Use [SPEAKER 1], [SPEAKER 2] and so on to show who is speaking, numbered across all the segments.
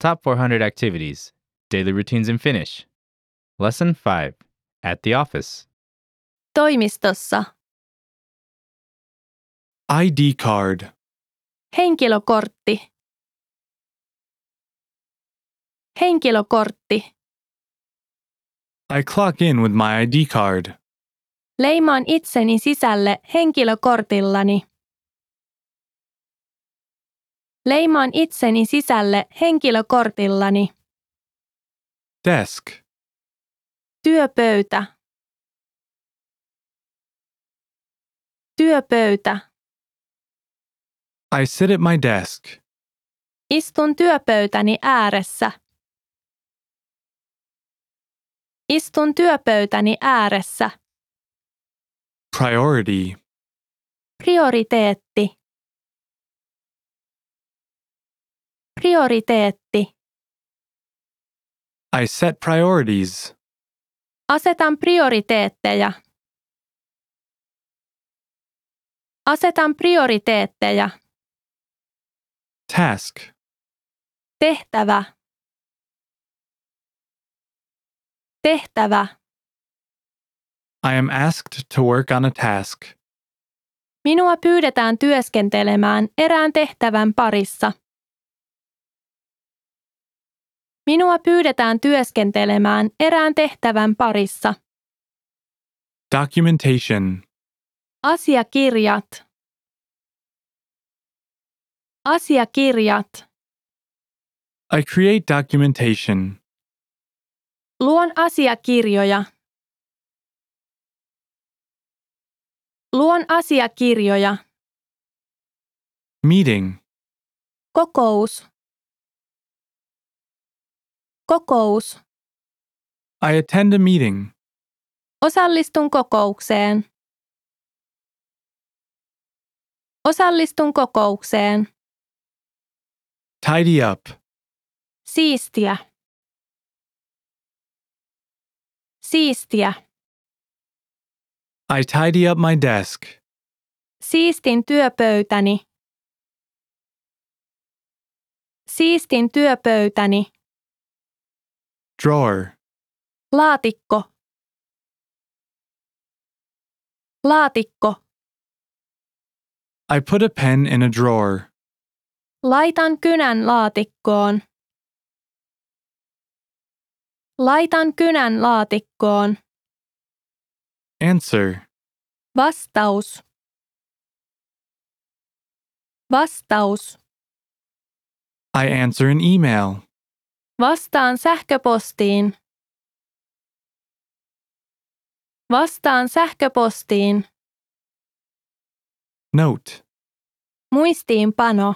[SPEAKER 1] Top 400 activities, daily routines and finish. Lesson 5 At the office.
[SPEAKER 2] Toimistossa.
[SPEAKER 3] ID card,
[SPEAKER 2] Henkilökortti. Henkilökortti.
[SPEAKER 3] I clock in with my ID card.
[SPEAKER 2] Leimaan itseni sisälle henkilökortillani. Leimaan itseni sisälle henkilökortillani.
[SPEAKER 3] Desk,
[SPEAKER 2] Työpöytä. Työpöytä.
[SPEAKER 3] I sit at my desk.
[SPEAKER 2] Istun työpöytäni ääressä. Istun työpöytäni ääressä.
[SPEAKER 3] Priority,
[SPEAKER 2] Prioriteetti. Prioriteetti.
[SPEAKER 3] I set priorities.
[SPEAKER 2] Asetan prioriteetteja. Asetan prioriteetteja.
[SPEAKER 3] Task,
[SPEAKER 2] Tehtävä. Tehtävä.
[SPEAKER 3] I am asked to work on a task.
[SPEAKER 2] Minua pyydetään työskentelemään erään tehtävän parissa. Minua pyydetään työskentelemään erään tehtävän parissa.
[SPEAKER 3] Documentation,
[SPEAKER 2] Asiakirjat. Asiakirjat.
[SPEAKER 3] I create documentation.
[SPEAKER 2] Luon asiakirjoja. Luon asiakirjoja.
[SPEAKER 3] Meeting,
[SPEAKER 2] Kokous. Kokous.
[SPEAKER 3] I attend a meeting.
[SPEAKER 2] Osallistun kokoukseen. Osallistun kokoukseen.
[SPEAKER 3] Tidy up,
[SPEAKER 2] Siistiä. Siistiä.
[SPEAKER 3] I tidy up my desk.
[SPEAKER 2] Siistin työpöytäni. Siistin työpöytäni.
[SPEAKER 3] Drawer,
[SPEAKER 2] Laatikko. Laatikko.
[SPEAKER 3] I put a pen in a drawer.
[SPEAKER 2] Laitan kynän laatikkoon. Laitan kynän laatikkoon.
[SPEAKER 3] Answer,
[SPEAKER 2] Vastaus. Vastaus.
[SPEAKER 3] I answer an email.
[SPEAKER 2] Vastaan sähköpostiin. Vastaan sähköpostiin.
[SPEAKER 3] Note,
[SPEAKER 2] Muistiinpano.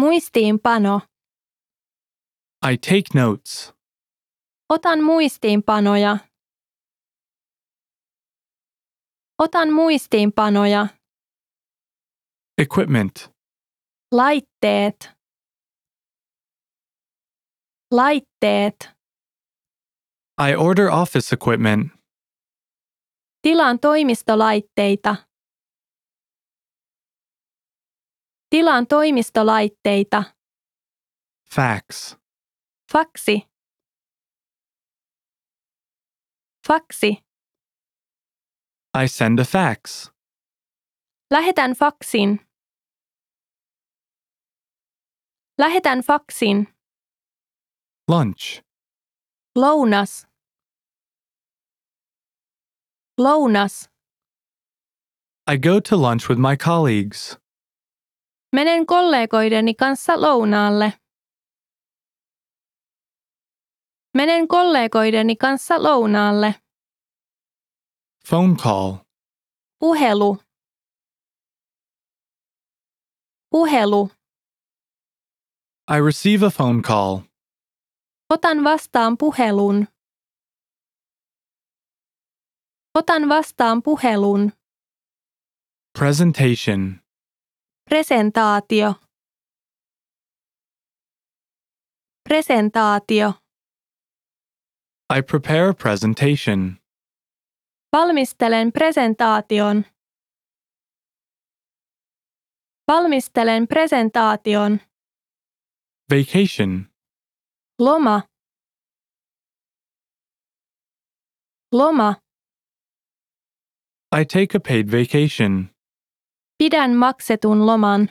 [SPEAKER 2] Muistiinpano.
[SPEAKER 3] I take notes.
[SPEAKER 2] Otan muistiinpanoja. Otan muistiinpanoja.
[SPEAKER 3] Equipment,
[SPEAKER 2] Laitteet. Laitteet.
[SPEAKER 3] I order office equipment.
[SPEAKER 2] Tilaan toimistolaitteita. Tilaan toimistolaitteita.
[SPEAKER 3] Fax,
[SPEAKER 2] Faksi. Faksi.
[SPEAKER 3] I send a fax.
[SPEAKER 2] Lähetän faksin. Lähetän faksin.
[SPEAKER 3] Lunch,
[SPEAKER 2] Lounas. Lounas.
[SPEAKER 3] I go to lunch with my colleagues.
[SPEAKER 2] Menen kollegoideni kanssa lounaalle. Menen kollegoideni kanssa lounaalle.
[SPEAKER 3] Phone call,
[SPEAKER 2] Puhelu. Puhelu.
[SPEAKER 3] I receive a phone call.
[SPEAKER 2] Otan vastaan puhelun. Otan vastaan puhelun.
[SPEAKER 3] Presentation,
[SPEAKER 2] Presentaatio. Presentaatio.
[SPEAKER 3] I prepare a presentation.
[SPEAKER 2] Valmistelen presentaation. Valmistelen presentaation.
[SPEAKER 3] Vacation.
[SPEAKER 2] Loma. Loma.
[SPEAKER 3] I take a paid vacation.
[SPEAKER 2] Pidän maksetun loman.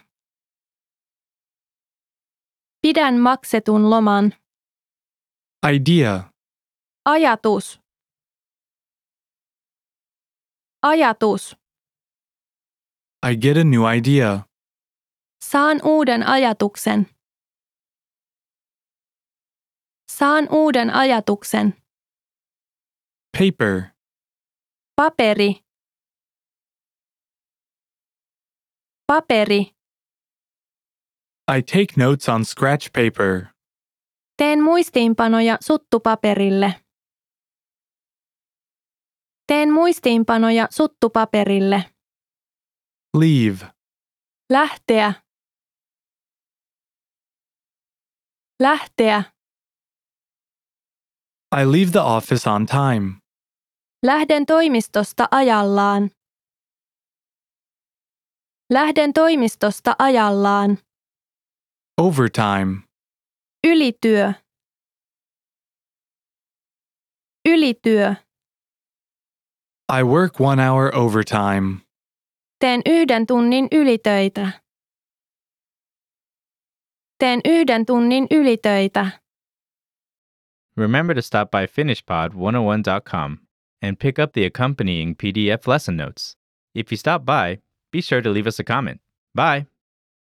[SPEAKER 2] Pidän maksetun loman.
[SPEAKER 3] Idea.
[SPEAKER 2] Ajatus. Ajatus.
[SPEAKER 3] I get a new idea.
[SPEAKER 2] Saan uuden ajatuksen. Saan uuden ajatuksen.
[SPEAKER 3] Paper.
[SPEAKER 2] Paperi. Paperi.
[SPEAKER 3] I take notes on scratch paper.
[SPEAKER 2] Teen muistiinpanoja suttupaperille. Teen muistiinpanoja suttupaperille.
[SPEAKER 3] Leave.
[SPEAKER 2] Lähteä. Lähteä.
[SPEAKER 3] I leave the office on time.
[SPEAKER 2] Lähden toimistosta ajallaan. Lähden toimistosta ajallaan.
[SPEAKER 3] Overtime.
[SPEAKER 2] Ylityö. Ylityö.
[SPEAKER 3] I work one hour overtime.
[SPEAKER 2] Teen yhden tunnin ylitöitä. Teen yhden tunnin ylitöitä.
[SPEAKER 1] Remember to stop by finishpod101.com and pick up the accompanying PDF lesson notes. If you stop by, be sure to leave us a comment. Bye!